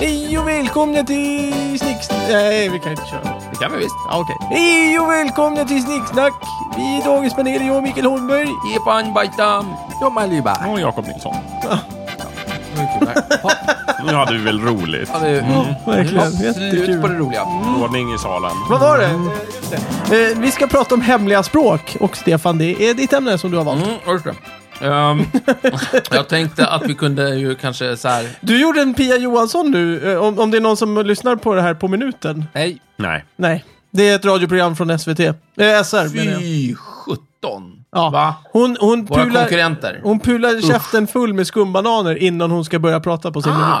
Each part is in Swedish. Hej och välkomna till Snicks... Nej, vi kan inte köra. Det kan vi visst. Ja, okej. Hej och välkomna till Snicksnack! Vi i dagens panel är jag, Mikael Holmberg. Jepan Bajtam. Jomma Lyba. Och Jakob Nilsson. Ja, Nu hade vi väl roligt. nu Mm. Verkligen, ja, slut på det roliga. Mm. Ordning i salen. Vad var det? Eh, just det. Eh, vi ska prata om hemliga språk och Stefan, det är ditt ämne som du har valt. Mm, just det. Ehm, jag tänkte att vi kunde ju kanske så här... Du gjorde en Pia Johansson nu, eh, om, om det är någon som lyssnar på det här på minuten. Nej, Nej. Nej, det är ett radioprogram från SVT. Eh, SR menar jag. fy sjutton. Ja. Oh, Va? Hon, hon Våra pular... konkurrenter. Hon pular käften full med skumbananer innan hon ska börja prata på sin Ah, minut.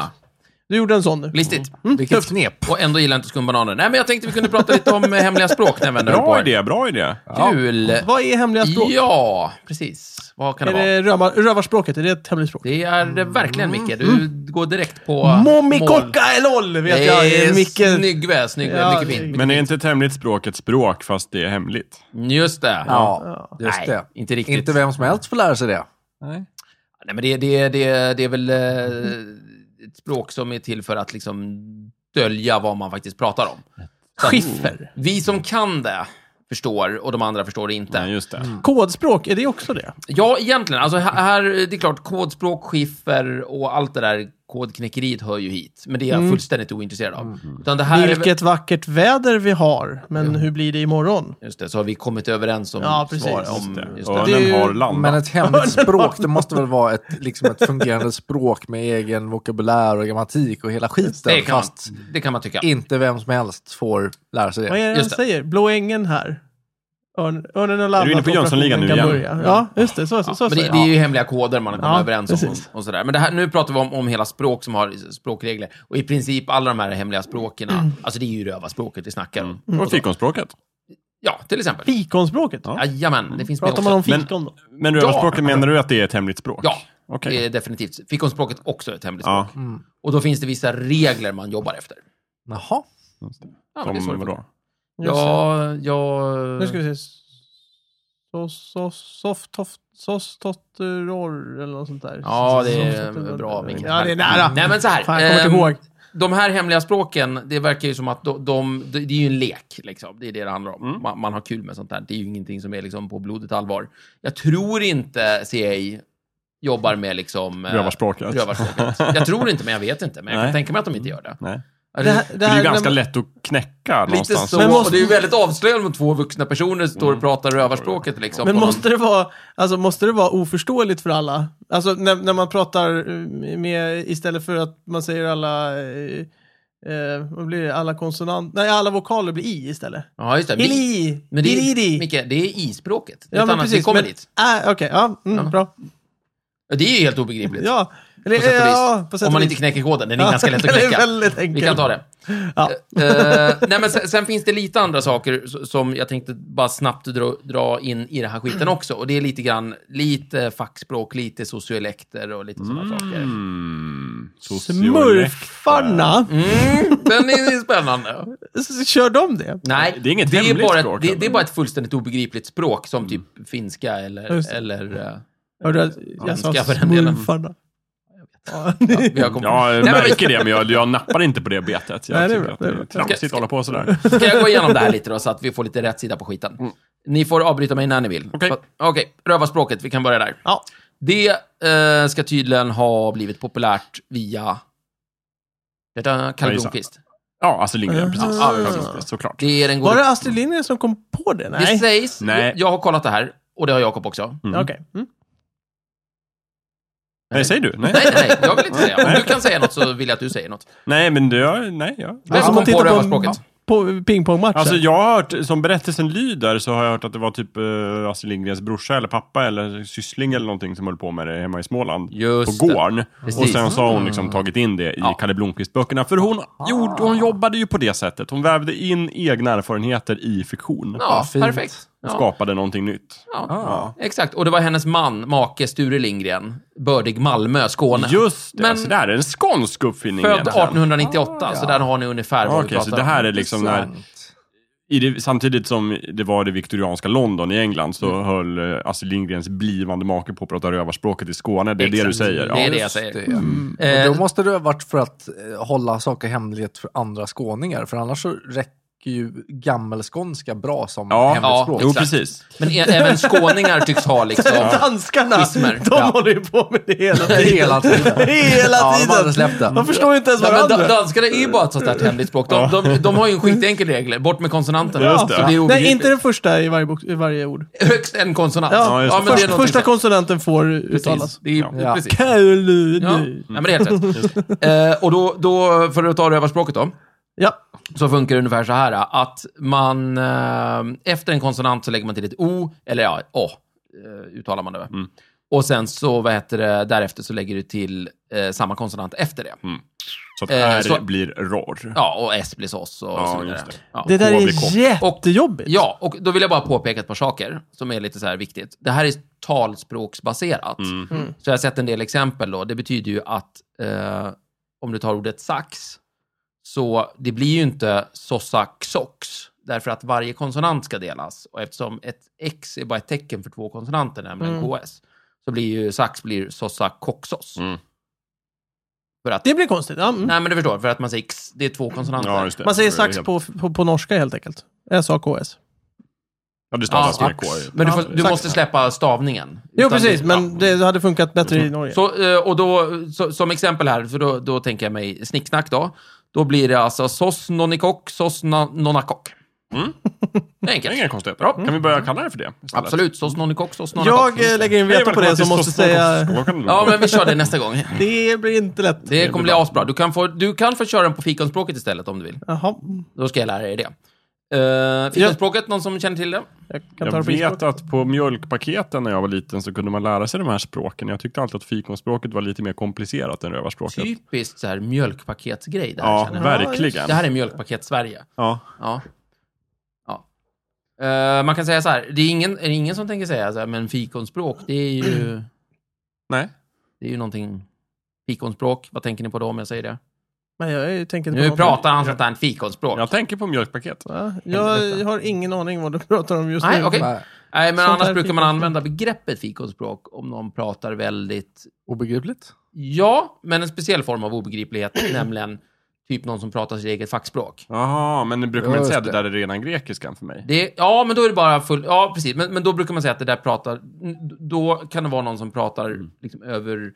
Du gjorde en sån nu. listigt. Mm. Vilket knep. Och ändå gillar jag inte skumbananer. Nej, men jag tänkte vi kunde prata lite om eh, hemliga språk när jag vänder Bra på det. idé, bra idé. Kul. Vad är hemliga språk? Ja, precis. Vad kan det Är vara? det rövar, rövarspråket? Är det ett hemligt språk? Det är det verkligen, Micke. Du Mm. går direkt på... Mommi mål. kocka LOL vet Det jag. är är Mycket... Snygg väg, snygg väg. Ja, Mycket det är- fint. Men är inte ett hemligt språk ett språk fast det är hemligt? Just det. Ja, just Nej, det. inte riktigt. Inte vem som helst får lära sig det. Nej, men det, det, det, det är väl eh, ett språk som är till för att liksom dölja vad man faktiskt pratar om. Så att Skiffer. Vi som kan det förstår och de andra förstår det inte. Nej, just det. Mm. Kodspråk, är det också det? Ja, egentligen. Alltså här, här, det är klart, kodspråk, skiffer och allt det där kodknäckeriet hör ju hit. Men det är jag fullständigt ointresserad av. Utan det här är väl- Vilket vackert väder vi har, men hur blir det imorgon? Just det, så har vi kommit överens om Ja, precis. svar Mm, om... Just det. Just det. Det är ju- Örnen har landat. Men ett hemligt språk, det måste väl vara ett, liksom ett fungerande språk med egen vokabulär och grammatik och hela Det skiten. kan, man, Fast det kan man tycka. inte vem som helst får lära sig Vad det. är det han Just det. säger? Blå ängen här. Örn, örnen har landat. inne på Jönssonligan nu operationen kan igen? börja. Alltså, Ja, just det. Så, så, så, Men det, säger det är han. ju hemliga koder man har kommit Ja, överens om. precis. Och, och sådär. Men det här, nu pratar vi om, om hela språk som har språkregler. Och i princip alla de här hemliga språken, Mm. alltså det är ju rövarspråket vi snackar om. Och fikonspråket. Ja, till exempel. Fikonspråket? Jajamän, det finns med Pratar också. man om Men- fikon då? Men rövarspråket menar du att det är ett hemligt språk? Ja, Okej. det är definitivt. Fikonspråket också ett hemligt Ja. språk. Och då finns det vissa regler man jobbar efter. Jaha. Ja, men det är Som svårt. vadå? Just det. Ja, ja... Nu ska vi se. Så, så, soft, toft, soft, totteror eller något sånt där. Ja, det är Softotteror. bra, Micke. Ja, det är nära. Nej, men så här. Fan, jag kommer ehm, inte ihåg. De här hemliga språken, det verkar ju som att de, de, det är ju en lek. Liksom. Det är det det handlar om. Mm. Man, man har kul med sånt där. Det är ju ingenting som är liksom, på blodigt allvar. Jag tror inte CIA jobbar med liksom, eh, Rövarspråket. rövarspråket. Jag tror inte, men jag vet inte. Men jag kan Nej. tänka mig att de inte gör det. Nej. Ja, Det här- Det är ju ganska men- lätt att knäcka Lite någonstans. så. Men måste- Och det är ju väldigt avslöjande om två vuxna personer står och pratar rövarspråket. Liksom, Mm. Men på någon- måste det, vara, alltså, måste det vara oförståeligt för alla? Alltså när, när man pratar eh, med, istället för att man säger alla, eh, eh, vad blir det, alla konsonant, nej alla vokaler blir i istället. Ja, just det. Vi- Ili, Men det är, iriri. Micke, det är i-språket. Det är Ja ett men annat- vi precis, kommer men, dit. äh, okej, ja, mm, Ja. bra. Det är ju helt obegripligt. Ja, eller, På sätt och vis. ja, på sätt Om och man vis. inte knäcker koden. Den är Ja, ganska lätt att den är knäcka. väldigt Vi enkel. kan ta det. Ja. Eh, nej, men sen, sen finns det lite andra saker s- som jag tänkte bara snabbt dra, dra in i den här skiten Mm. också. Och det är lite grann, lite fackspråk, lite sociolekter och lite sådana saker. Mm. Sociolekt. Smurfarna, Mm, den är spännande. S- kör de det? Nej, Det är inget det är hemligt bara, ett- språk, alltså. Mm. det, det är eller? bara ett fullständigt obegripligt språk som typ finska eller... Just det. eller eh, Hörde du, jag sa ska för den delen. smurfarna. Ja, vi har kommit- Ja, jag Nej, men- märker det, men jag, jag nappar inte på det betet. Jag Nej, det är tycker bra, att det är bra. det är tramsigt att hålla på sådär. Ska jag gå igenom det här lite då, så att vi får lite rätt sida på skiten? Ni får avbryta mig när ni vill. Mm. Okej. Okej, rövarspråket. Vi kan börja där. Ja. Det eh, ska tydligen ha blivit populärt via... Detta, Kalle Kajsa. Blomqvist. Ja, alltså Lindgren, precis. Ja, ja, Ja, ja. Såklart. Det är den Var goda... det Astrid Lindgren som kom på det? Det Nej. sägs... Nej. Jag har kollat det här, och det har Jakob också. Okej. Mm. Nej, säger du? Nej, Nej, nej, nej. Jag vill inte säga. Om du kan säga något så vill jag att du säger något. nej men du, nej. Ja. Vem Alltså, som om man kom på tittar på en- rövarspråket? På pingpongmatchen? Alltså jag har hört, som berättelsen lyder, så har jag hört att det var typ eh, Astrid Lindgrens brorsa eller pappa eller syssling eller någonting som höll på med det hemma i Småland. Just på det. gården. Precis. Mm. Och sen så har hon liksom tagit in det i Ja. Ah. Kalle Blomkvist-böckerna. För hon, gjorde, hon jobbade ju på det sättet. Hon vävde in egna erfarenheter i fiktion. Ja, fint. perfekt. Och Ja, skapade någonting nytt. ja. Ah. Exakt. Och det var hennes man, make Sture Lindgren, bördig Malmö, Skåne. Just det, Men- så det här är en skånsk uppfinning Född egentligen. 1898, så där har ni ungefär vad Okej, vi pratar så det här om. är liksom när I det, samtidigt som det var det viktorianska London i England så Mm. höll eh, Astrid Lindgrens blivande make på att prata rövarspråket i Skåne. Det är det Exakt. du säger? Det är Ja. det jag Just säger. ja. Eh, Och då måste det ha varit för att eh, hålla saker hemligt för andra skåningar, för annars så räcker ju gammelskånska bra som Ja. hemlighetsspråk. Jo, Exakt. precis. Men ä- även skåningar tycks ha liksom... Danskarna, Schismer. de Ja. håller ju på med det hela tiden. Hela tiden. Hela Ja, de har tiden. aldrig släppt det. De förstår ju inte ens Ja, Alltså, men varandra. da- danskarna är ju bara ett sånt där hemligt språk. De, de, de har ju en skitenkel regel. Bort med konsonanterna. Just det. Så det är Nej, inte obegripligt. den första i varje, bok, i varje ord. Högst en konsonant. Ja, just det. men det är Först, någonting första sånt. konsonanten får Precis. uttalas. Det är, Ja. precis. Kul. Ja. Nej, men det är helt rätt. Eh, och då, då, för att ta rövarspråket då, Ja. så funkar det ungefär så här att man eh, efter en konsonant så lägger man till ett O, eller ja, Å, eh, uttalar man det. va? Mm. Och sen så, vad heter det, därefter så lägger du till eh, samma konsonant efter det. Mm. Så att Eh, R så- blir ror. Ja, och S blir sås och Ja, så vidare. just det. Ja. Det där K är blir K. jättejobbigt. Ja, och då vill jag bara påpeka ett par saker som är lite så här viktigt. Det här är talspråksbaserat. Mm. Så jag har sett en del exempel då. Det betyder ju att eh, om du tar ordet sax, så det blir ju inte sossaxox, därför att varje konsonant ska delas. Och eftersom ett x är bara ett tecken för två konsonanter, nämligen ks, så blir ju sax blir sossakoxos. Mm. För att, Det blir konstigt. Ja. mm. nej men du förstår, för att man säger x, det är två konsonanter. Ja, just det. Man säger Det är sax helt- på, på, på norska helt enkelt. S-A-K-S. Ja, det stavas Ja, med K. ju. Men du, får, Ja, du sax. måste släppa stavningen. Jo, Utan precis. det- Men det hade funkat bättre i Ja. Norge. Så, eh, och då, så, som exempel här, för då, då tänker jag mig snicksnack då. Då blir det alltså sos nonikock, sos na- nonakock. Mm. Det är Det är enkelt. inga konstigheter. Ja, Kan vi börja kalla det för det? istället? Mm. Absolut, sos nonikock, sos nonakock. Jag eh, lägger in veto Hej, på välkomna det som till måste Stockholm. säga... Stockholm. Ja, men vi kör det nästa gång. Det blir inte lätt. Det kommer bli bra. asbra. Du kan, få, du kan få köra den på fikonspråket istället om du vill. Jaha, Då ska jag lära dig det. Eh, fikonspråket, någon som känner till det? jag kan ta Jag det på vet isblocket. att på mjölkpaketen när jag var liten så kunde man lära sig de här språken. Jag tyckte alltid att fikonspråket var lite mer komplicerat än rövarspråket. Typiskt så här mjölkpaketsgrej det här. Ja, känner jag. verkligen. Det här är mjölkpaket Sverige. Ja. Ja. ja. Eh, man kan säga så här, det är ingen, är det ingen som tänker säga så här, men fikonspråk, det är ju, Nej. det är ju någonting... Fikonspråk, vad tänker ni på då om jag säger det? Men jag är- tänker inte Nu på någonting. pratar han sånt här fikonspråk. Jag tänker på mjölkpaket. Va? Jag har ingen aning vad du pratar om just Nej, nu. okej. Nej, Nej, men Sånt annars här brukar man fikonspråk. använda begreppet fikonspråk om någon pratar väldigt, Obegripligt. ja, men en speciell form av obegriplighet, nämligen typ någon som pratar sitt eget fackspråk. Jaha, men brukar man Ja, inte säga att just det där är renan grekiskan för mig? Det, ja, men då är det bara full... Ja, precis. Men, men då brukar man säga att det där pratar... Då kan det vara någon som pratar Mm. liksom över...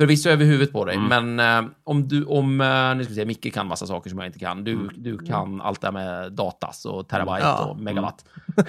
Förvisso över huvudet på dig, men eh, om du... Om, eh, nu ska vi se, Micke kan massa saker som jag inte kan. Du, Mm. du kan allt det här med datas och terabyte Ja. och megawatt. Mm.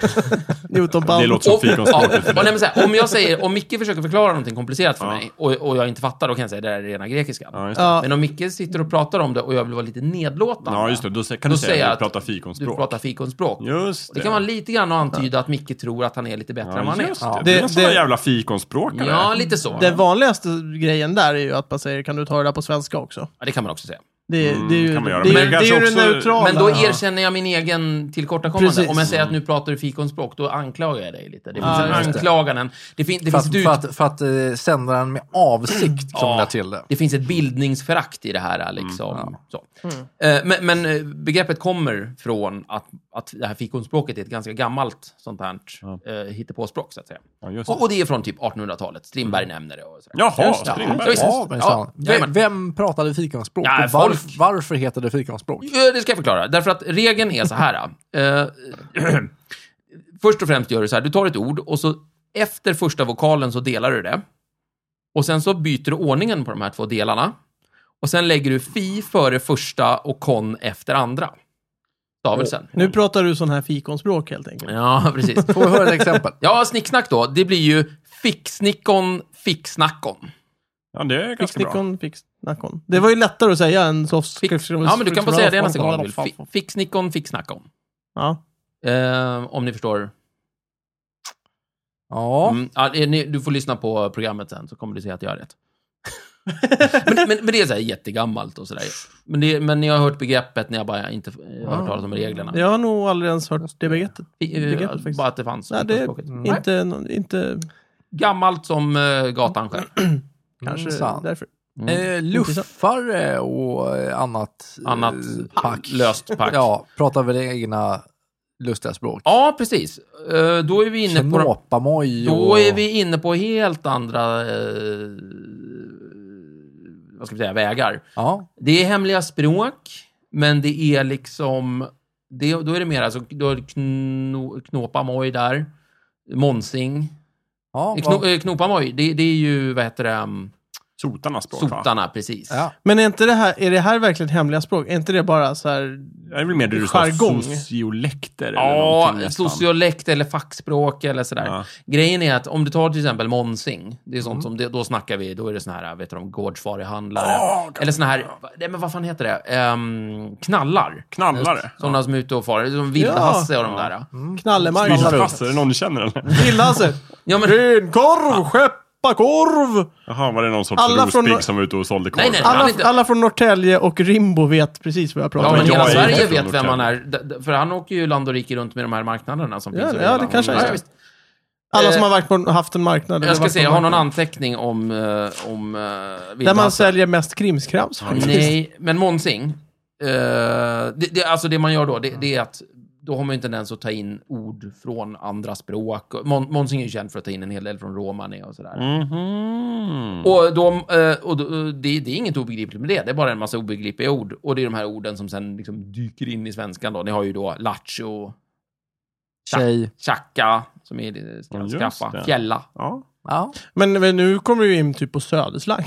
Newton Det Pound. låter som ja, fikonspråket. och, nej, men så här, om jag säger... Om Micke försöker förklara någonting komplicerat för mig och, och jag inte fattar, då kan jag säga det där är rena grekiskan. Ja, just det. Ja, Men om Micke sitter och pratar om det och jag vill vara lite nedlåtande. Ja, just det. Då sä- kan Då du säger säga jag att du att pratar Du fikonspråk. pratar fikonspråk. Just Det det. kan vara lite grann att antyda att Micke tror att han är lite bättre än vad Ja, han är. just det. Det- Du är en sån där det- jävla fikonspråkare. Ja, lite så. den vanligaste grejen där är ju att man säger, kan du ta det där på svenska också? Ja, det kan man också säga. Det, Mm, det är ju, kan man göra. det, är Men ju- det det är ju kanske det också- neutrala. Men då erkänner jag min egen tillkortakommande. Precis. Om jag säger att nu pratar du fikonspråk, då anklagar jag dig lite. Det finns Ja, en just det. anklagan. en- Det, fin- det, För finns att, ett ut- för att, för att eh, sändaren med avsikt Ja. krånglar till det. det finns ett bildningsförakt i det här. Mm. Liksom. Så. Eh, Men, men eh, begreppet kommer från att, att det här fikonspråket är ett ganska gammalt sånt här eh, hittepåspråk, så att säga. Ja, just Och, och det är från typ 1800-talet. Strindberg Mm. nämner det. Och sådär. Jaha, Just det. Strindberg. Ja, visst. Ja, men Ja, ja, jajamän. vem, vem pratade fikonspråk? Ja, och varf- folk. varför heter det fikonspråk? Eh, Det ska jag förklara. Därför att regeln är så här. eh, först och främst gör du så här, du tar ett ord och så efter första vokalen så delar du det. Och sen så byter du ordningen på de här två delarna. Och sen lägger du fi före första och kon efter andra. Stavelsen. Nu pratar du sån här fikonspråk helt enkelt. Ja, precis. Får vi höra ett exempel? Ja, snicksnack då. Det blir ju ficksnickon, ficksnackon. Ja, det är ganska bra. Fixnikon, fixnackon. Det var ju lättare att säga än soft. Fix... Ja, men du kan få säga det nästa gång om du vill. Fi- Ficksnickon, ficksnackon. Ja. Eh, om ni förstår Ja. Mm, ja, det är ni, du får lyssna på programmet sen, så kommer du se att jag har rätt. men, men, men det är så här jättegammalt och sådär. Men, det- men ni har hört begreppet, ni har bara inte eh, Ah. hört talas om reglerna. Jag har nog aldrig ens hört det begreppet. I- eh, begreppet faktiskt. bara att det fanns. Nej, i det Mm. språket. är inte, Mm. nå- inte Gammalt som eh, gatan själv. kanske sant. därför. Eh, luffare och eh, annat, eh, Annat löst pack. Ja, pratar väl egna lustiga språk. Ja, precis. Eh, Då är vi inne på... Knåpamoj och... Då är vi inne på helt andra... Eh, vad ska vi säga? Vägar. Ja, Det är hemliga språk, men det är liksom... Det, då är det mer alltså, då är det kno, knåpamoj där. Monsing. ja, Kno, vad- eh, knopamoj, det, det är ju, vad heter det, ehm, Sotarnas språk va? sotarna, precis. ja. Men är, inte det här, är det här verkligen hemliga språk? Är inte det bara så här... Det är väl mer det du sa, Jargong. sociolekter eller Ja, någonting nästan. sociolekt eller fackspråk eller sådär. Ja. Grejen är att om du tar till exempel monsing, det är Mm. sånt som, det, då snackar vi, då är det såna här, vet du om gårdsfarihandlare. eller såna här, nej men vad fan heter det? Ehm, knallar. Knallare. Sådana som är ute och far, som Vilde-Hasse och de där. Mm. Knallemarknad? Bildass, är det någon du känner eller? Vildhasse? Ja, men, Brynkorv, skepparkorv! Jaha, var det någon sorts Alla från- rospigg som var ute och sålde korv? Nej, nej, nej. Alla, inte- alla från Norrtälje och Rimbo vet precis vad jag pratar ja, om. men jag hela är Sverige inte vet från vem han är. Norrtälje. D- d- För han åker ju land och rike runt med de här marknaderna som Ja, finns. över ja, hela det kanske landet. han Ja, är. visst. Alla som Eh, har varit på, haft en marknad. eller Jag ska varit se, på jag har någon marknad. anteckning om, eh, om eh, Där man Vilde-Hasse. säljer mest krimskrams faktiskt. Nej, men monsing. eh, det, det, alltså det man gör då, det, det är att då har man ju en tendens att ta in ord från andra språk. Och Mon, monsing är ju känd för att ta in en hel del från romani och sådär. Mm. Mhm. Och, de, eh, och de, det, det är inget obegripligt med det. Det är bara en massa obegripliga ord. Och det är de här orden som sen liksom dyker in i svenskan då. Ni har ju då lattjo, tjej. tjacka, som är eh, Ja, ska, just skaffa, det. fjälla. Ja. Ja, Men, men nu kommer du ju in typ på söderslang.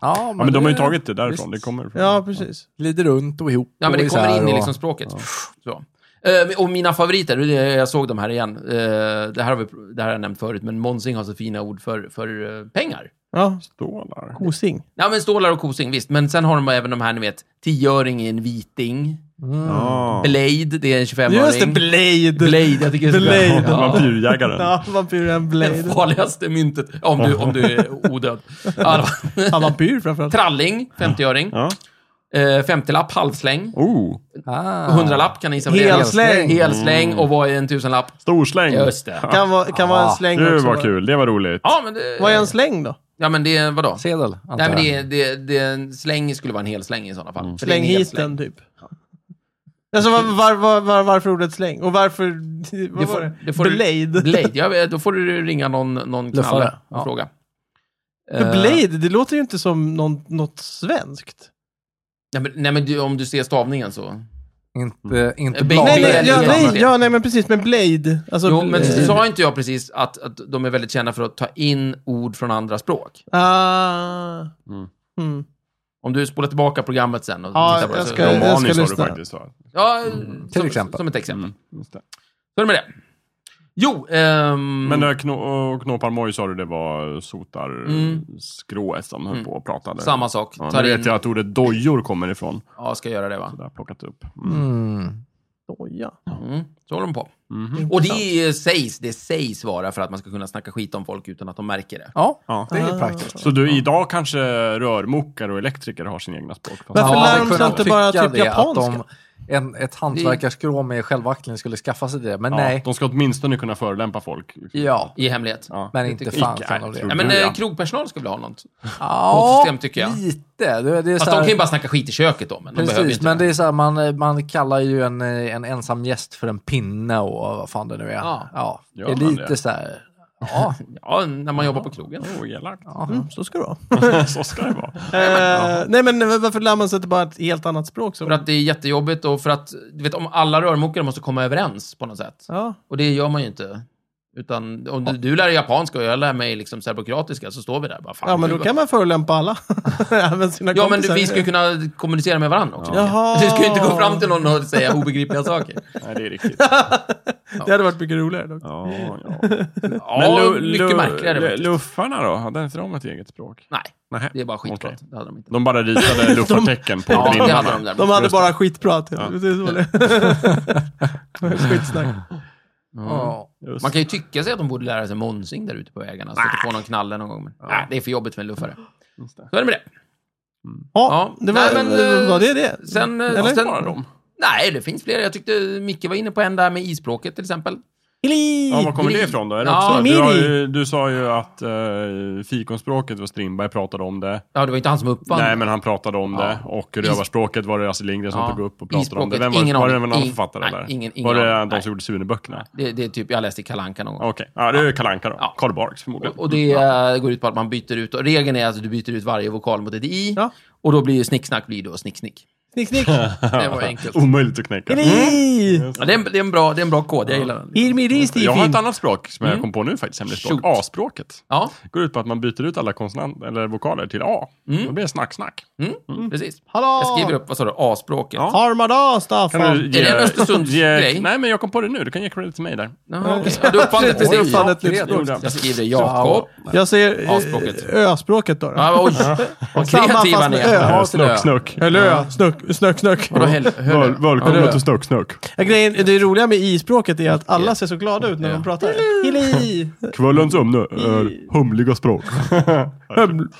ja, ja, men de har ju det tagit det därifrån. visst. Det kommer från... Mm. Ja, precis. Glider runt och ihop Ja, men och det kommer isär in i och- liksom språket. Så. Eh, Och mina favoriter, det är- jag såg dem här igen. Eh, Det här har, vi, det här har jag nämnt förut, men Monsing har så fina ord för, för eh, pengar. Ja, Stålar. kosing. Ja, men stålar och kosing, visst. Men sen har de även de här, ni vet, tioöring är en viting. Mm. Ja. Blade, det är en 25-öring. Just det, Blade! Blade, jag tycker det är så bra. Blade. Ja. Vampyrjägaren. Ja, vampyren Det Blade. farligaste myntet, om du, om du är odöd. Ja, det Han var- vampyr framförallt. Tralling, 50-öring. Ja. Eh, 50-lapp, halvsläng. Oh, Ah. 100-lapp kan ni gissa vad det är. Helsläng! Helsläng. Mm. Och vad är en tusenlapp? storsläng. Just det. Kan vara, kan vara en Ah, släng Det också. var kul. Det var roligt. Ja, men det... Vad är en släng då? Ja, men det är vadå? Sedel, antar Nej, men jag. det, är- det, det är en släng skulle vara en hel släng i sådana fall. För det är en Mm. Släng hel hit släng. den typ. Alltså var, var, var, var, varför ordet släng? Och varför... Vad får- var det? det får du- Blade? Blade, ja, då får du ringa någon, någon Luffare. knalle och Ja. fråga. Men Eh, Blade, det låter ju inte som någon, något svenskt. Nej, men, nej, men du, om du ser stavningen så. Inte, inte Bing- bladet. Nej, nej, ja, är nej, lite- ja, nej, men precis. Men Blade. Alltså, Jo, men Blade. sa inte jag precis att, att de är väldigt kända för att ta in ord från andra språk? Ah. Mm. Mm. Om du spolar tillbaka programmet sen och Ja, tittar på det. jag så- ska- jag ska Romani sa du lyssna. faktiskt va? ja, som, exempel. Som ett exempel. Mm, just det. Så är det med det. Jo, ehm, Men det knå, Knåparmoj sa du det var Mm. sotarskrået som höll Mm. på och pratade. samma sak. Ja, Tar nu in, vet jag att ordet dojor kommer ifrån. Ja, ska göra det va? Så där plockat upp. Mm. Soja. Mm, så håller de på. Mhm. Och det är- sägs, det sägs vara för att man ska kunna snacka skit om folk utan att de märker det. Ja, Ja. det är Ah. ju praktiskt. Så du, idag kanske rörmokare och elektriker har sina egna språk? fast- Varför Ja, lär jag de sig kunde inte bara tycka typ det, att de- japanska? En, ett hantverkarskrå med självaktning skulle skaffa sig det, men Ja, nej. De ska åtminstone kunna förolämpa folk. Ja, I hemlighet. Ja. Ja. men inte tycker- fan Icke, fan av det. tror Nej, jag. men Ja. eh, krogpersonal ska väl ha något? Ja, system, tycker jag. lite. Det, det är Fast så här, de kan ju bara snacka skit i köket då, men de behöver ju precis, inte men det. det är så här, man, man kallar ju en, eh, en ensam gäst för en pinne och vad fan det nu är. Ja. ja. Gör det är man lite det? så här, ja, Ja, när man jobbar på krogen. Oh, elakt. Mm, så ska det vara. Så ska det vara. Eh, nej, men varför lär man sig inte bara ett helt annat språk? För Som, att det är jättejobbigt och för att, du vet, om alla rörmokare måste komma överens på något sätt. ja. Och det gör man ju inte. Utan om du, du lär dig japanska och jag lär mig liksom serbokroatiska så står vi där bara, fan, ja, men du- då kan man förolämpa alla. Även sina Ja, men kompisar. vi ska ju kunna kommunicera med varandra också. Jaha. Du ska ju inte gå fram till någon och säga obegripliga saker. Nej, det är riktigt. Det hade varit mycket roligare dock. Ja, ja. Ja, lu- mycket lu- märkligare. lu- faktiskt. Luffarna då? Hade inte de ett eget språk? Nej, Nej. det är bara skitprat. Okej. Det hade de inte. De bara ritade luffartecken på Ja, det hade de grindarna. däremot. De hade Just det. bara skitprat. Ja. Det är så det är. Skitsnack. Ja. ja. Just. Man kan ju tycka sig att de borde lära sig monsing där ute på vägarna. Så att de får någon knalle någon gång. Men, nej, det är för jobbigt för en luffare. Just det. Så är det med det. Ja, det var, Nej, men, eh, var det det? Sen, eh, Eller? sen, Bara de. Nej, det finns fler. Jag tyckte Micke var inne på en där med ispråket till exempel. Hilli! Ja, var kommer Gri- det ifrån då? Är det Ja, också, du, har midi. ju, du sa ju att uh, fikonspråket var Strindberg pratade om det. Ja, det var inte han som uppfann Nej, men han pratade om Ja. det. Och rövarspråket var det Astrid Lindgren som Ja. tog upp och pratade om det. Ispråket, Vem var, ingen var det aning. någon annan Ing- författare? nej, eller? ingen- ingen var det aning. de som gjorde Suneböckerna? det, det är typ, jag läste i Kalle Anka någon gång. Okej, ja, det är Kalle Anka då. Ja. Karl Barks förmodligen. Och, och det eh, går ut på att man byter ut, och regeln är att du byter ut varje vokal mot ett i. Ja. Och då blir ju snicksnack blir då snicksnick. Snick, snick. Mm. Det var enkelt. Omöjligt att knäcka. Hilli! Ja, det, är en, det, är en bra, det är en bra kod, jag gillar den. Irmiri Jag har ett Stifin. annat språk som jag kom på nu faktiskt, hemligt språk. Mm. Shoot. A-språket. Ja, Går ut på att man byter ut alla konsonanter eller vokaler till A. Då blir det snack-snack. mm, precis. Hallå! Jag skriver upp, vad sa du, A-språket. Ja. Armada, Kan du Staffan. ge- Är det en Östersundsgrej? ge- Nej, men jag kom på det nu. Du kan ge credit till mig där. Jaha, okej. Ja, du uppfann det Precis, precis. uppfann det. nytt Det gjorde jag. Jag skriver Jakob. Jag säger A-språket. eh, ö-språket då. då. Ja, oj, vad Samma fast kreativa med ni ö. är. Ja, Snuck, snuck. Eller ö, snuck, snuck, snuck. Vadå, hel- hör- Väl, välkommen Ja. till Snuck, snuck. Ja, grejen, det roliga med i-språket är att alla ser så glada ut när de pratar. Hilli! Kvällens ämne är humliga språk. Höml-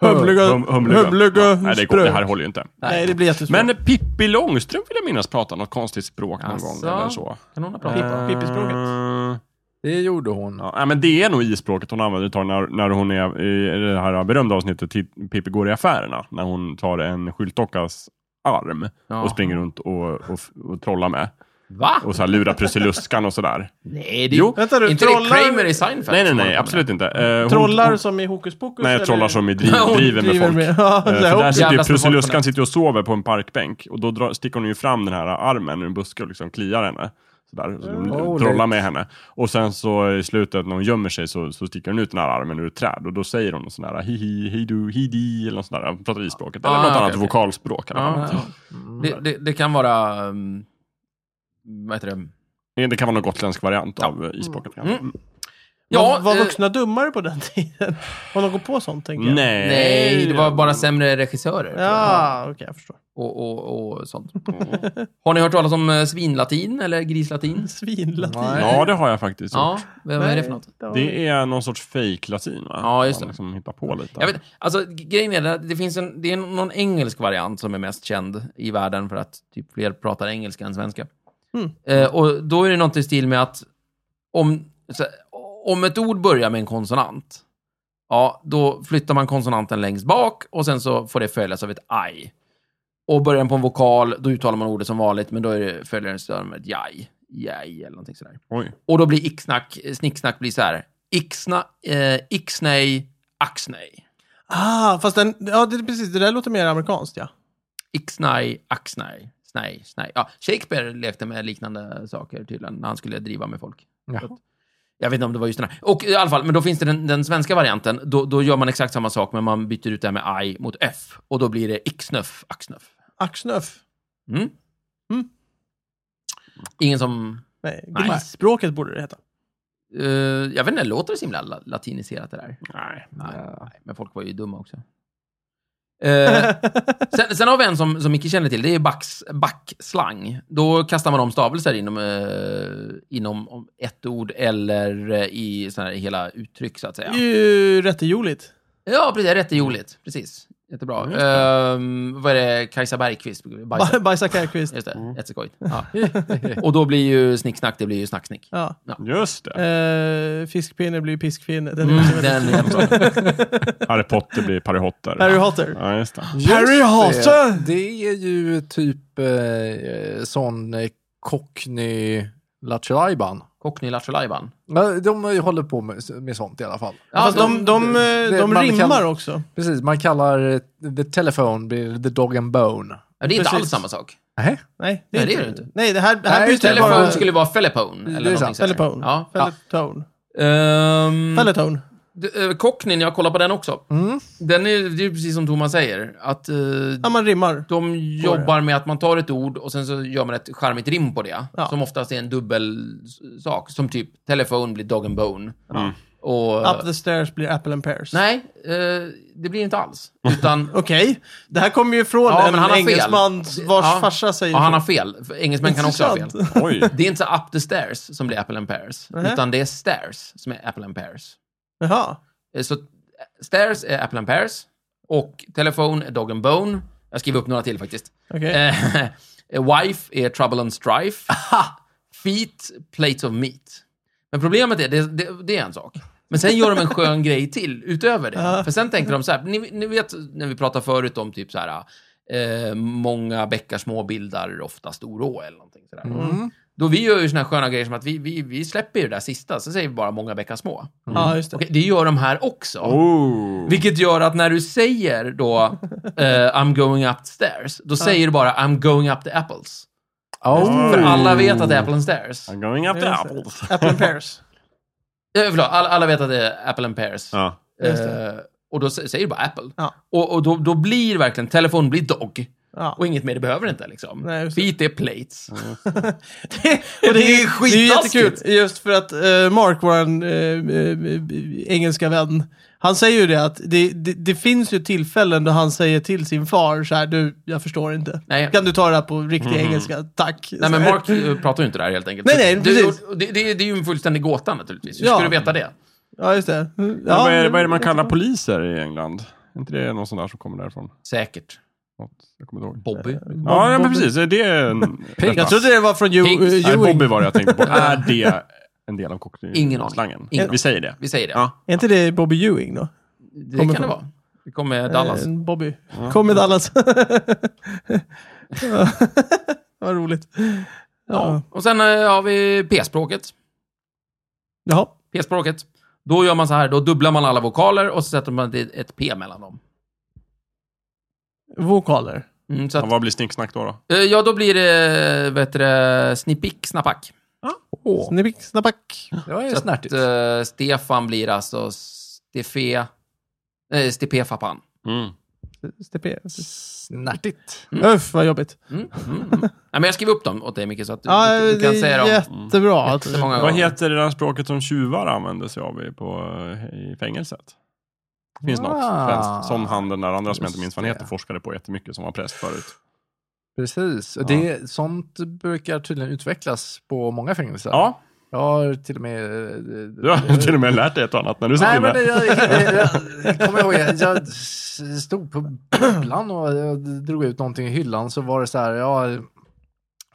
Humliga, Hum- humliga. Ja, humliga Nej, det, går, det här spröt. håller ju inte. Nej, det blir jättesvårt. Men Pippi Långstrump vill jag minnas pratade något konstigt språk någon Asså? gång eller så. Kan någon ha pratat? Pippi- Pippi-språket. Eh, Det gjorde hon. Ja, nej, men det är nog i-språket hon använder tar när, när hon är i det här berömda avsnittet till Pippi går i affärerna. När hon tar en skyltdockas arm Jaha. och springer runt och, och, och trollar med. Va? Och så här lurar Prussiluskan och sådär. Nej, det är Jo. Vänta nu, inte det trollar- Kramer i Seinfeld? Nej, nej, som håller nej, på med absolut inte. Eh, hon- Trollar som i hokus pokus? Nej, eller? trollar som är driv, Hon driver med folk. Ja, Eh, för Jävla där sitter ju små folk på Prussiluskan det. sitter ju och sover på en parkbänk och då drar, sticker hon ju fram den här armen ur en buske och liksom kliar henne. Sådär, så de Oh, trollar lite. med henne. Och sen så i slutet när hon gömmer sig så, så sticker hon ut den här armen ur ett träd och då säger hon någon sån här hihi, heidu, hidi eller något sånt där. Hon pratar ispråket. Eller Ah, något okej, annat okej. Ah, vokalspråk. i alla fall. Ja, ja. Det, det, det kan vara... Um, vad heter det? Det kan vara någon gotländsk variant av eh, ispråket. Mm. Ja, var eh, vuxna dummare på den tiden? Har de gått på sånt, tänker jag? Nej. nej, det var bara sämre regissörer. tror jag. Ja, okej, jag förstår. Och, och, och sånt. Har ni hört talas om eh, svinlatin eller grislatin? Svinlatin. Nej. Ja, det har jag faktiskt Ja, gjort. vad vad är det för något? Det är någon sorts fake-latin va? Ja, just Man det. liksom hittar på lite. Jag vet, alltså, g- grejen är att det finns en, det är någon engelsk variant som är mest känd i världen för att typ fler pratar engelska än svenska. Mm. Eh, och då är det något i stil med att om, så, här, om ett ord börjar med en konsonant, ja, då flyttar man konsonanten längst bak och sen så får det följas av ett aj. Och börjar den på en vokal, då uttalar man ordet som vanligt, men då är det, följer den större med ett jaj. Jaj, eller någonting sådär. Oj. Och då blir icksnack, snicksnack blir så här, ixna, eh, ixnej, axnej. Ah, fast den, ja, det, precis, det där låter mer amerikanskt, ja. Ixnay, axnay, snay, snay. Ja, Shakespeare lekte med liknande saker tydligen när han skulle driva med folk. Jaha. Jag vet inte om det var just den här. Och i alla fall, men då finns det den, den svenska varianten. Då, då gör man exakt samma sak, men man byter ut det här med aj mot f. Och då blir det ixnöff, axnöff. Axnöff. Mm. Mm. Ingen som... Nej, Nej. grisspråket borde det heta. eh, jag vet inte, låter det så himla la- latiniserat det där? Nej. Nej, nej, men folk var ju dumma också. Eh, sen, sen har vi en som, som Micke känner till, det är backs, backslang. Då kastar man om stavelser inom, eh, inom om ett ord eller eh, i såna här hela uttryck, så att Det säga. är ju rätt roligt. Ja, precis. Rätt i joligt. Precis. Jättebra. Just Ehm, vad är det? Kajsa Bergqvist? Bajsa. Bajsa Kärrqvist. Just det, jätteskojigt. Ja. Och då blir ju snicksnack, det blir ju snacksnick. Ja. Just det. Eh, fiskpinne blir piskpinne. Den Mm, är den är bra. Harry Potter blir Harry Hotter. Harry Hotter. Ja, just det. Just Harry det. Hase! Det är ju typ eh, sån eh, cockney lattjo-lajban. Cockney Lattjo-Lajban. Ja, De håller på med, med sånt i alla fall. Ja, Fast de, de, det- eh, det- de man rimmar kan- också. Precis, man kallar eh, the telephone blir the dog and bone. Ja, det är inte Precis. alls samma sak. Nej. Nej, Nej, det är det inte. Nej, det här, det här Nej, byter ju Telefon bara... skulle vara Fellepone. Det Eller är någonting sant. sånt. Fellepone. Ja. ja. Felletone. Ehm, Felletone. d- eh, Cockneyn, jag kollar på den också. Mm. Den är, det är ju precis som Thomas säger, att eh, Ja, man rimmar. de jobbar med att man tar ett ord och sen så gör man ett charmigt rim på det. Ja. Som oftast är en dubbel s- sak, som typ telefon blir dog and bone. Och, Up the stairs blir apple and pears. nej, eh, det blir inte alls. Utan, Okej, det här kommer ju från Ja, men han en har fel. engelsman vars Ja. farsa säger ja, han så. har fel. För Engelsmän kan också ha fel. Intressant. Oj. Det är inte så up the stairs som blir apple and pears, Nej. utan det är stairs som är apple and pears. Jaha. Eh, Så eh, stairs är apple and pears och telefon är dog and bone. Jag skriver upp några till faktiskt. Okej. Eh, eh, wife är trouble and strife. Feet, plates of meat. Men problemet är, det, det, det är en sak. Men sen gör de en skön grej till utöver det. Ja. För sen tänkte de så här, ni, ni vet när vi pratade förut om typ så här, eh, många bäckar små bildar ofta stor å eller någonting sådär. Mm. Då vi gör ju såna här sköna grejer som att vi, vi, vi släpper ju det där sista, så säger vi bara många bäckar små. Ja, just det. Okej, det gör de här också. Oh. Vilket gör att när du säger då eh, I'm going upstairs, då säger du bara I'm going up the apples. Oh. För alla vet att det är apple and stairs. I'm going up the Just det. apples. Apple and pears. Eh, förlåt, alla, alla vet att det är apple and pears. Ja. Just Eh, och då sä- säger du bara apple. Ja. Och, och då, då blir verkligen, telefon blir dog. Ja. Och inget mer, det behöver det inte liksom. Nej, just det. Fint är plates. Och Det är Det är ju skittaskigt. jättekul, just för att eh, Mark, vår eh, eh, engelska vän, han säger ju det att det, det, det finns ju tillfällen då han säger till sin far så här, du, jag förstår inte. Nej. Kan du ta det här på riktig engelska? Tack. Nej, men Så här. Mark eh, pratar ju inte där helt enkelt. Nej, nej, Så precis. det, och det, det, det är ju en fullständig gåta naturligtvis. Hur Ja. ska du veta det? Ja, just det. Ja, Men vad, är, det- men- vad är det man kallar poliser i England? Är inte det någon sån där som kommer därifrån? Säkert. Något, jag kommer inte ihåg. Bobby. Ja, ja, men Bobby. precis. Är det en... Jag trodde det var från Ju- Pigs. eh, Nej, Ewing. Bobby var det jag tänkte på. Är det en del av cockney Ingen aning. slangen? Ingen aning. Vi säger det. Vi säger det. Ja. Är inte det Bobby Ewing då? Det Kommer kan det från- vara. Det kommer Dallas. Eh, Bobby. Kom med Dallas. Ja. Vad roligt. Ja. Ja. Och sen eh, har vi p-språket. Jaha. P-språket. Då gör man så här, då dubblar man alla vokaler och så sätter man ett, ett P mellan dem. Vokaler. Mm, så att, Ja, vad blir snicksnack då? då? eh, ja, då blir det, vad heter det, snippick, snappack. Åh, Snippick, snappack. Det var ju Så snärtigt. Att, eh, Stefan blir alltså Stefe... Eh, Stepe Fapan. Mm. Stepe. Snärtigt. Uff, vad jobbigt. Mm, mm, mm. Nej, men jag skriver upp dem åt dig, Micke, så att du, Ja, du, du det kan säga är dem jättebra. att- många Vad gånger. heter det där språket som tjuvar använder sig av i, på, eh, i fängelset? Det finns Ah. något svenskt. Som han den där andra som jag inte minns vad han Just det. heter forskade på jättemycket som var präst förut. Precis. Och Det, sånt brukar tydligen utvecklas på många fängelser. Ja, Jag har till och med... eh, du har till och med lärt dig ett och annat när du Nej, sitter men det, med. jag, jag, jag kommer ihåg, jag, jag s- stod på bubblan och jag drog ut någonting i hyllan så var det så här, ja,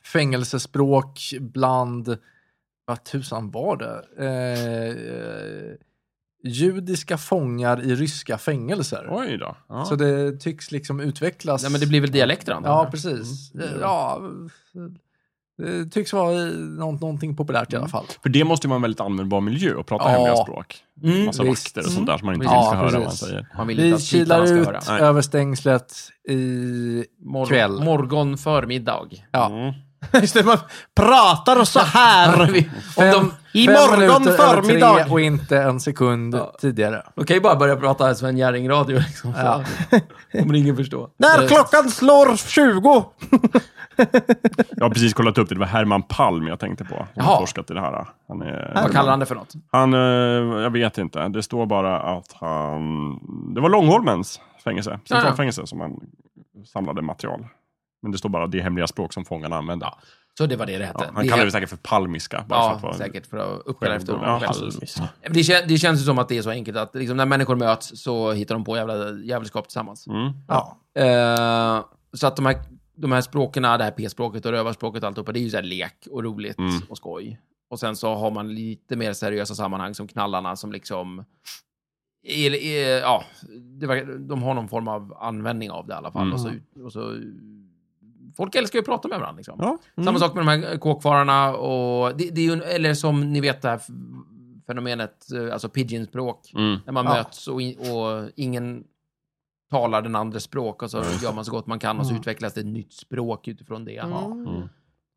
fängelsespråk bland, vad tusan var det? Eh, judiska fångar i ryska fängelser. Oj då. Ja. Så det tycks liksom utvecklas. Nej, men det blir Mm. väl dialekter, antar Ja, jag. precis. Ja, det tycks vara nå- någonting populärt i alla fall. För det måste ju vara en väldigt användbar miljö att prata Ja. hemliga språk. Mm, Massa visst. vakter och sånt där som man inte Mm. vill ska Ja, höra vad man precis. säger. Man vill inte Vi att titlarna kilar ska ut höra. Nej. över stängslet i Morgon, Kväll. morgon förmiddag. Ja. Mm. Just det, man pratar så här. Vi- Om Fem- de, fem Imorgon minuter över tre förmiddag. och inte en sekund tidigare. de kan ju bara börja prata Sven Jerring-radio. Liksom, Ja. Det kommer ingen förstå. När Eh, klockan slår 20. Jag har precis kollat upp det, det var Herman Palm jag tänkte på. Som Jaha. har forskat i det här. Han är, Vad kallar han det för något? Han, eh, jag vet inte. Det står bara att han... Det var Långholmens fängelse, centralfängelse, som han samlade material. Men det står bara det hemliga språk som fångarna använde. Ja, Så det var det det hette. han det kallar det säkert för palmiska. Bara för att Ja, vara, säkert för att uppkalla efter Ja, honom. halv- Men Det, kän, det känns ju som att det är så enkelt att liksom, när människor möts så hittar de på jävla jävelskap tillsammans. Mm. Ja. Eh, så att de här, de här språken, det här p-språket och rövarspråket och alltihopa, det är ju så här lek och roligt Mm. och skoj. Och sen så har man lite mer seriösa sammanhang som knallarna som liksom... Är, är, ja, det verkar, de har någon form av användning av det i alla fall. Mm. Och så, ut- och så, folk älskar ju att prata med varandra. Liksom. Ja. Mm. Samma sak med de här kåkfararna och... Det, det är ju, en- eller som ni vet det här f- fenomenet, eh, alltså pidginspråk. Mm. När man Ja. möts och, in, och ingen talar den andres språk och så Mm. gör man så gott man kan och så utvecklas det ett nytt språk utifrån det. Mm.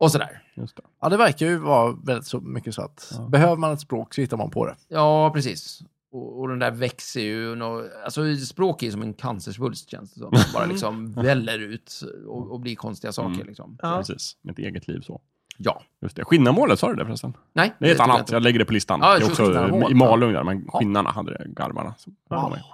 Och sådär. Just det. Ja, det verkar ju vara väldigt så mycket så att behöver man ett språk så hittar man på det. Ja, precis. Och, och den där växer ju. nå- Alltså språk är ju som en cancersvulst känns det som. Som bara liksom väller ut och, och blir konstiga saker Mm. liksom. Ja. Precis, mitt eget liv så. Ja. Just det. Skinnamålet, sa du det förresten? Nej. Det är ett tror jag annat, inte. jag lägger det på listan. Ja, det är just också skinnamål, i ja. Malung där, men skinnarna hade det, garvarna. Så-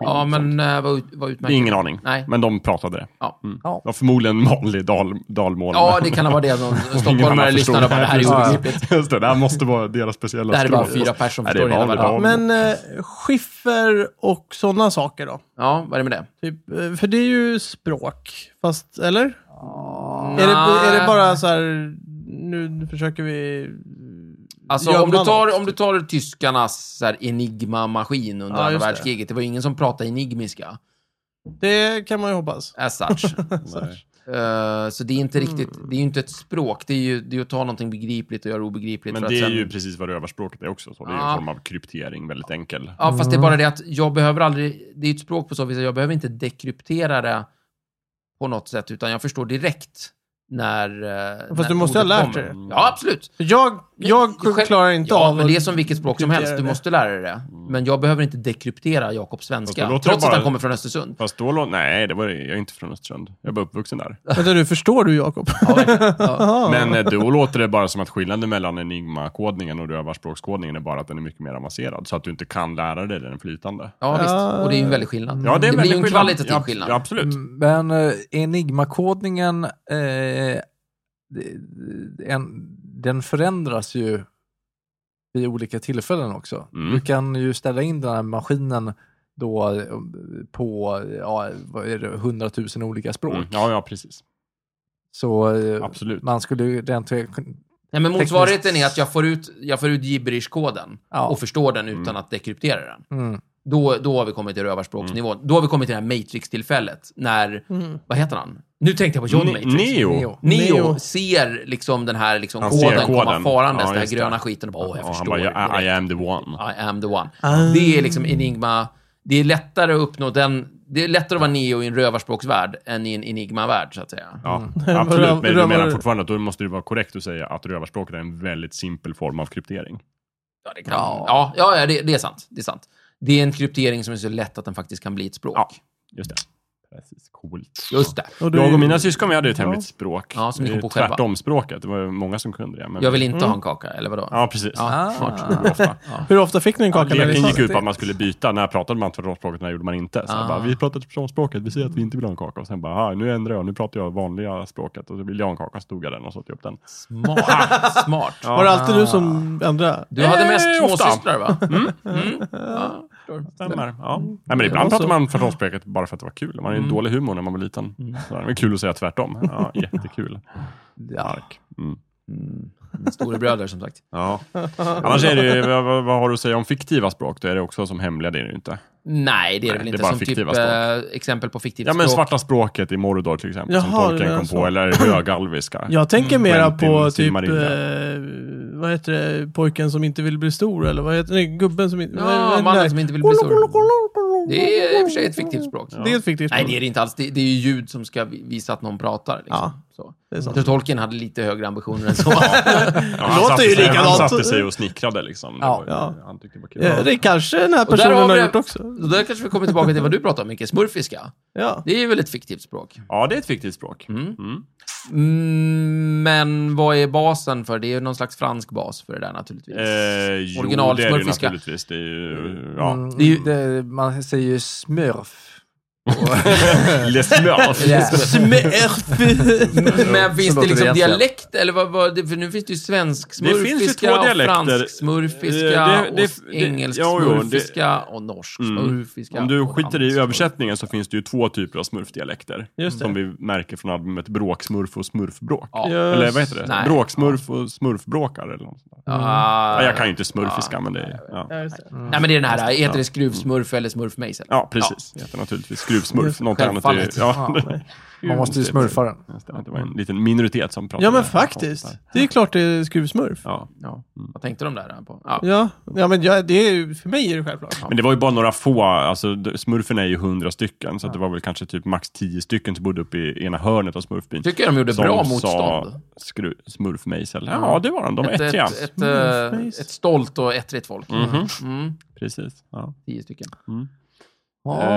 Ja, men eh, vad, ut, vad Det är utmärker ingen aning, Nej. men de pratade det. Ja. Mm. Ja. Det var förmodligen vanlig dal, dalmål. Ja, det kan ha varit det som Ingen stockholmare annan lyssnade på. Det här är förstod. obegripligt. Just det, det här måste vara deras speciella Det här är bara språk. fyra personer som Nej, det förstår hela var världen. bra. Men eh, skiffer och sådana saker då? Ja, vad är det med det? Typ, eh, för det är ju språk, fast, eller? Är Är det, är det bara så här, nu försöker vi Alltså, Gör om, du man tar, något? typ. om du tar tyskarnas så här, enigma-maskin under Ja, andra just det. världskriget, det var ju ingen som pratade enigmiska, Det kan man ju hoppas. as such. Nej. Eh, så det är inte riktigt, Mm. det är ju inte ett språk. Det är ju det är ju att ta någonting begripligt och göra obegripligt. Men för det att är sen... ju precis vad rövarspråket är också. Så det är ju Ja. en form av kryptering, väldigt enkel. Ja, fast det Mm. är bara det att jag behöver aldrig... Det är ett språk på så vis att jag behöver inte dekryptera det på något sätt, utan jag förstår direkt när... eh, Fast när du måste ha ordet lärt dig kommer. det. Ja, absolut. Jag, jag Själv- klarar inte ja, av men att- det är som vilket språk som helst. Du kryptera det. måste lära dig det. Men jag behöver inte dekryptera Jakobs Fast svenska, då låter trots det att bara- han kommer från Östersund. Fast då lå- Nej, det var det. jag är inte från Östersund. Jag är bara uppvuxen där. Vänta nu, förstår du Jakob? Ja, verkligen. ja. Ja. Men eh, då låter det bara som att skillnaden mellan enigma-kodningen och rövarspråkskodningen är bara att den är mycket mer avancerad. Så att du inte kan lära dig den flytande. ja, visst. Ja. Och Mm. det är ju en väldig skillnad. Ja, det är en blir ju en väldig skillnad. kvalitativ ja, skillnad. Ja, absolut. Men eh, Enigma-kodningen, eh, det- en, den förändras ju vid olika tillfällen också. Mm. Du kan ju ställa in den här maskinen då eh, på ja, vad är det, 100 000 olika språk. Mm. Ja, ja, precis. Så eh, Mm. Absolut. man skulle ju rent... Nej, men Tekniskt- motsvarigheten är att jag får ut, jag får ut gibberish-koden Ja. och förstår den utan Mm. att dekryptera den. Mm. Då, då har vi kommit till rövarspråksnivån. Mm. Då har vi kommit till det här Matrix-tillfället när, Mm. vad heter han? Nu tänkte jag på John Ne- Matrix. Neo. Neo. Neo, Neo. ser liksom den här liksom Han koden, ser komma koden. farandes, Ja, den här just det. gröna skiten och bara, åh, jag Ja, han förstår. Mm. bara, ja, I, I korrekt. am the one. I am the one. Ah. Det är liksom enigma. Det är lättare att uppnå den, det är lättare att vara Neo i en rövarspråksvärld än i en enigma-värld, så att säga. Ja, Röv- absolut. Men rövar- jag menar fortfarande att då måste det vara korrekt att säga att rövarspråket är en väldigt simpel form av kryptering. Ja, det, kan, ja. Ja, ja, det, det är sant. Det är sant. Det är en kryptering som är så lätt att den faktiskt kan bli ett språk. Ja, just det. Precis, coolt. Just det. Och du- Jag och mina syskon vi hade ju ett hemligt språk. Ja, som vi Det kom är på själva. Tvärtom språket. Det var ju många som kunde det. Men... Jag vill inte ha en kaka, eller vadå? Mm. Ja, precis. Ja. Ah. Ofta. Hur ofta fick ni en kaka? när ni Leken sa gick det? ut på att man skulle byta. När pratade man tvärspråket, när gjorde man inte? Så Ah. jag bara, vi pratar tvärspråket, vi säger att vi inte vill ha en kaka. Och sen bara, "Aha, nu ändrar jag, nu pratar jag vanliga språket. Och så vill jag ha en kaka, så tog jag den och så åt jag upp den. Smart. Smart. Var det alltid du som ändrade? Du hade Eh, mest ofta. småsystrar, va? Mm. Ja, förstår. Stämmer. Ja. Nej, men var ibland pratar så. man tvärspråket bara för att det var kul. Man hade ju en dålig humor när man var liten. Så det var kul att säga tvärtom. Ja, jättekul. Ja. Mm. Storebröder, som sagt. Ja. Annars är det ju, vad, vad- vad har du att säga om fiktiva språk? Då är det också som hemliga, det är det ju inte. Nej, det är det Nej, väl det är inte. bara som typ fiktiva eh, exempel på fiktivt Ja, men språk. svarta språket i Mordor till exempel, som Jaha, du Tolkien menar kom så. på. Eller högalviska. Jag tänker Mm. mera Quentin på typ, eh, Silmarillion. vad heter det, pojken som inte vill bli stor eller vad heter det, gubben som inte... vad- vad- Ja, nej. mannen som inte vill bli stor. Det är i och för sig ett fiktivt språk. Det är ett fiktivt Nej, språk. det är det inte alls. Det, det är ju ljud som ska vi- visa att någon pratar. Liksom. Ja, Så. det är Jag sant. tror Tolkien hade lite högre ambitioner än så. Ja, han låter satte ju sig- Han likadant. satte sig och snickrade liksom. Det Ja. var ju- Ja. Han tyckte det var kul. Eh, Det är kanske den här Och där personen har har vi- gjort också. Då där kanske vi kommer tillbaka till vad du pratar om, Micke. Smurfiska. Ja. Det är väl ett fiktivt språk? Ja, det är ett fiktivt språk. Mm. Mm. Mm, men vad är basen för det? Det är ju någon slags fransk bas för det där naturligtvis. Eh, jo, det är det ju Originalsmurfiska. naturligtvis. Det är ju, ja. Mm, Det är ju- det, man säger ju smurf. Les Smurfs. Ja. Smärf. Men finns Så det låter det liksom egentligen. dialekt, eller vad, vad, det- för nu finns det ju Det finns ju svensk-smurfiska två och dialekter. fransk-smurfiska Eh, det- det- och det- ja, jo, det- Mm. engelsk-smurfiska och norsk-smurfiska. Om du och skiter i dansk-smurf. översättningen så finns det ju två typer av smurfdialekter. Just det. Som vi märker från albumet Bråksmurf och Smurfbråk. Ja. Eller vad heter det? Nej. Bråksmurf och smurfbråkar eller något sånt där. Ah, Ja, jag kan ju inte smurfiska, men det är... Ja, Ja, just det. Nej, men det är den här, heter det skruvsmurf eller smurfmejsel? ja precis. Det heter naturligtvis gruvsmurf. Något annat är ju... Självfallet. Ja, Man Mm. måste ju smurfa den. just det. det var en liten minoritet som pratade. Ja, men faktiskt. Det är klart det är skruvsmurf. Ja. Ja. Vad tänkte de där på? Ja. Ja, ja men jag, det är, ju- för mig är det självklart. Men det var ju bara några få, alltså d- smurfen är ju hundra stycken, så att det var väl kanske typ max tio stycken som bodde uppe i ena hörnet av smurfbyn. Tycker jag de gjorde som bra sa motstånd. skru- smurfmejsel. Ja, det var de. De var Ett, ett, ettriga. ett, eh, Smurfmejsel. ett stolt och ettrigt folk. Mhm. Mm, Precis. Ja. tio stycken. Ja. Eh,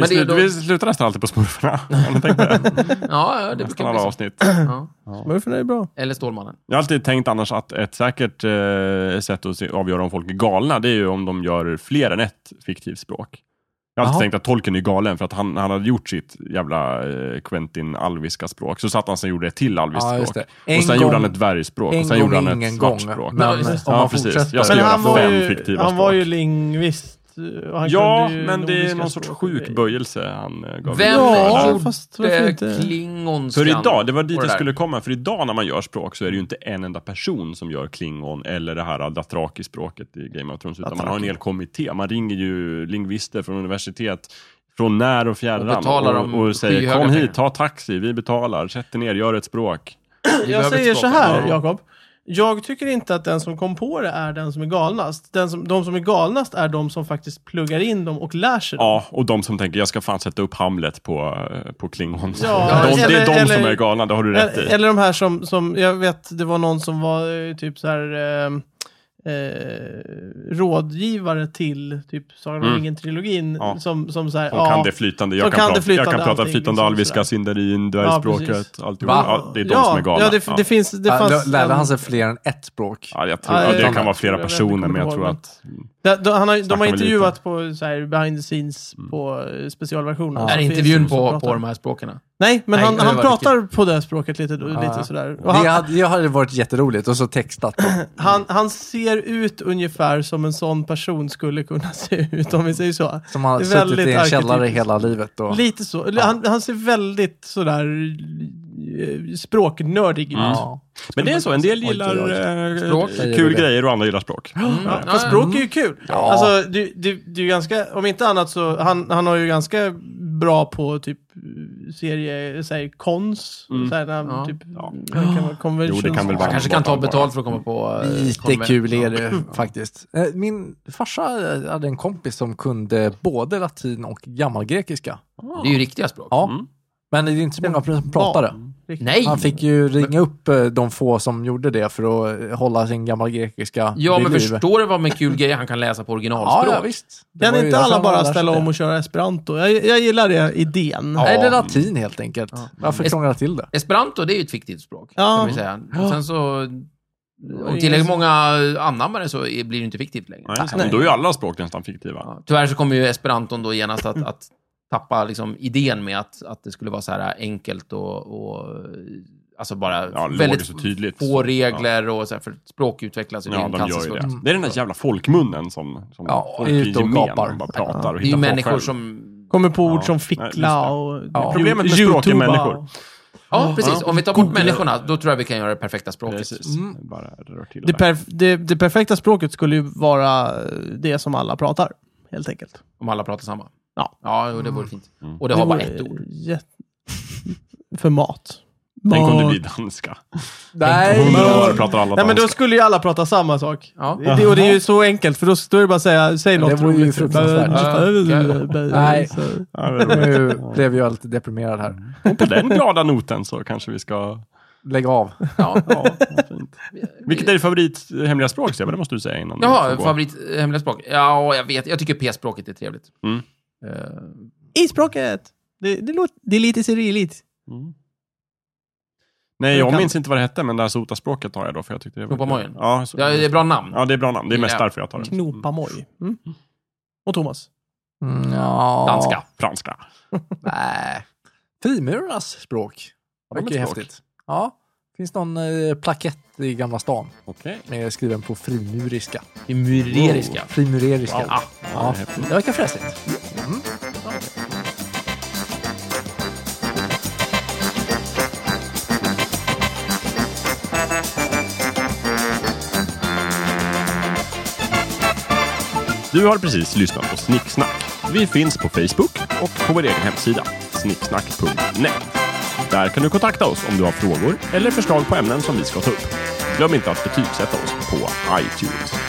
Men det är slut, då- vi slutar nästan alltid på smurfarna. Har ni tänkt på det? Ja, ja, det Nästan brukar bli alla så. avsnitt. Ja. Smurfen är bra. Eller Stålmannen. Jag har alltid tänkt annars att ett säkert eh, sätt att se, avgöra om folk är galna, det är ju om de gör fler än ett fiktivt språk. Jag har alltid Jaha. tänkt att Tolkien är galen för att han, han hade gjort sitt jävla eh, Quentin-alviska språk. Så satt han sig och gjorde ett till alviskt Ja, just språk. det. En och sen gång- gjorde han ett dvärgspråk en och sen gång gjorde han ingen ett svart gång. språk. Men Ja, just det. om man Ja, precis. fortsätter. Jag ska Men göra han var fem ju, fiktiva han var språk. ju lingvist. eh, och han ja, kunde ju men det är nordiska någon sorts språk och grejer. sjukböjelse han eh, gav Vem ut. Ja, gjorde fast varför inte? klingonskan? För idag, det var dit Och det jag där. skulle komma, för idag när man gör språk så är det ju inte en enda person som gör klingon eller det här datraki-språket i Game of Thrones, utan man har en hel kommitté. Man ringer ju lingvister från universitet från när och fjärran Och betalar dem och, och säger skyhöga kom pengar." hit, ta taxi, vi betalar, sätt er ner, gör ett språk. Jag behöver säger ett så språk. här, Ja. Jakob. Jag tycker inte att den som kom på det är den som är galnast. Den som, de som är galnast är de som faktiskt pluggar in dem och lär sig dem. Ja, och de som tänker jag ska fan sätta upp Hamlet på, eh, på klingon. Ja, de, det är de eller- som eller- är galna, det har du rätt Eller, i. eller de här som, som, jag vet, det var någon som var eh, typ så här eh, eh, rådgivare till typ Sagan om Mm. ringen-trilogin. Ja. Som, som så här, Som ja, kan det flytande. Jag Som kan, kan det prata, flytande jag kan prata allting, flytande liksom alviska, sådär. sindarin, Ja, dvärgspråket, precis. alltihop. Va? Ja, det är de ja, som är galna. Ja, det, Ja. det finns... Det Ja, fanns då Lärde en- han sig fler än ett språk? Ja, jag tror, Ja, ja, jag det kan tror vara det. flera Jag vet, jag personer, kommer men jag inte tror ihåg, att... De, de, han har, de Snackar har vi lite intervjuat på så här, behind the scenes på eh, specialversionen. Ja. Är Så intervjun finns de som på, pratar. på de här språken? Nej, men Nej, han, det han var pratar på det språket lite, då- Ja. lite sådär. Och Det han, hade, det hade varit jätteroligt och så textat. han, han ser ut ungefär som en sån person skulle kunna se ut, om vi säger så. Som har Det är suttit i en väldigt källare arketypiskt. hela livet. Och, Lite så. Eller Han, han ser väldigt sådär eh, språknördig ut. ja. Men det är så, en del gillar Oj, oj, eh, Språk säger kul det. grejer och andra gillar språk. Mm. Ja, fast språk är ju kul. Ja. Alltså, du, du, du är ganska, om inte annat så, han, han har ju ganska bra på typ serie, säg kons, Mm. så här, när han Ja. typ, Ja. vad kan man- conventions. Jo, det kan väl Man vara- kanske kan ta betalt för att komma på... eh, Lite konver- kul är det faktiskt. Eh, Min farsa eh, hade en kompis som kunde både latin och gammalgrekiska. Det är ju riktiga språk. Ja. Mm. Men det är inte så många som pratar det. Nej! Han fick ju ringa upp eh, de få som gjorde det för att eh, hålla sin gammalgrekiska Ja, vid men liv. förstår du vad med kul grejer han kan läsa på Ja, originalspråk? ja, visst. Det Kan var ju inte därför alla han bara lärde sig ställa det. om och köra esperanto? Jag, jag gillar det, idén. Ja. Nej, det är latin helt enkelt. Ja. Varför Es- krångla till det? Esperanto, det är ju ett fiktivt språk, Ja. kan vi säga. Och sen så... Om ingen tillräckligt som- många anammar det så blir det ju inte fiktivt längre. Nej, så- men Då är ju alla språk nästan fiktiva. Ja, tyvärr så kommer ju esperanton då genast att, att tappa liksom idén med att, att det skulle vara så här enkelt och... och alltså bara Ja, väldigt väldigt så tydligt. få regler och så här, för språk utvecklas ju. Mm. det är Ja, en de gör ju cancersvult. det. Det är den där jävla folkmunnen som, som Ja, folk är i ute och gemen gapar. bara pratar och Det är ju hittar på människor själv. som... Kommer på Ja. ord som Nej, just det. fickla och Ja. Problemet med språk är Youtuba människor. och- Ja, precis. Om vi tar bort människorna, då tror jag vi kan göra det perfekta språket. Precis. Mm. Bara rör till Det, det. perf det, det perfekta språket skulle ju vara det som alla pratar, helt enkelt. Om alla pratar samma. Ja. Ja, jo, det vore fint. Mm. Och det har bara vore ett ord. jätt- För mat. Tänk om det Mat. blir danska. Nej, Hundra Ja. år pratar alla Nej men då danska. skulle ju alla prata samma sak. Ja. Det, och det är ju så enkelt, för då, då är det bara att säga, säg det något vore ju roligt. typ. fruktansvärt. Nej. Så- Ja, men då- nu blev jag lite deprimerad här. och på den glada noten så kanske vi ska... Lägg av. Ja. Ja, vad fint. Vilket är ditt favorit eh, hemliga språk, Stefan? Det måste du säga innan. du Jaha, får gå. favorit eh, hemliga språk? Ja, jag vet. Jag tycker P-språket är trevligt. Mm. Eh, Isspråket! Det, det, låter, det är lite cyrilligt. Mm. Nej, Jag jag kan- minns inte vad det hette, men det här sotaspråket tar jag då, för jag tyckte det var... Knopamojen. Ja, så... ja, det är bra namn. ja, det är bra namn. Det är mest Ja. därför jag tar det. Knopamoj. Mm. Och Thomas. Mm, ja. Danska. Franska. Nej. Frimurarnas språk. de Verkar ju ett språk? häftigt. Ja. Finns någon eh, plakett i Gamla stan Okej. med skriven på frimuriska. Det är mureriska. Frimureriska. Wow. Ja. Ja, Ja. det är häftigt. Det verkar fräsigt. Du har precis lyssnat på Snicksnack. Vi finns på Facebook och på vår egen hemsida, snicksnack.net. Där kan du kontakta oss om du har frågor eller förslag på ämnen som vi ska ta upp. Glöm inte att betygsätta oss på iTunes.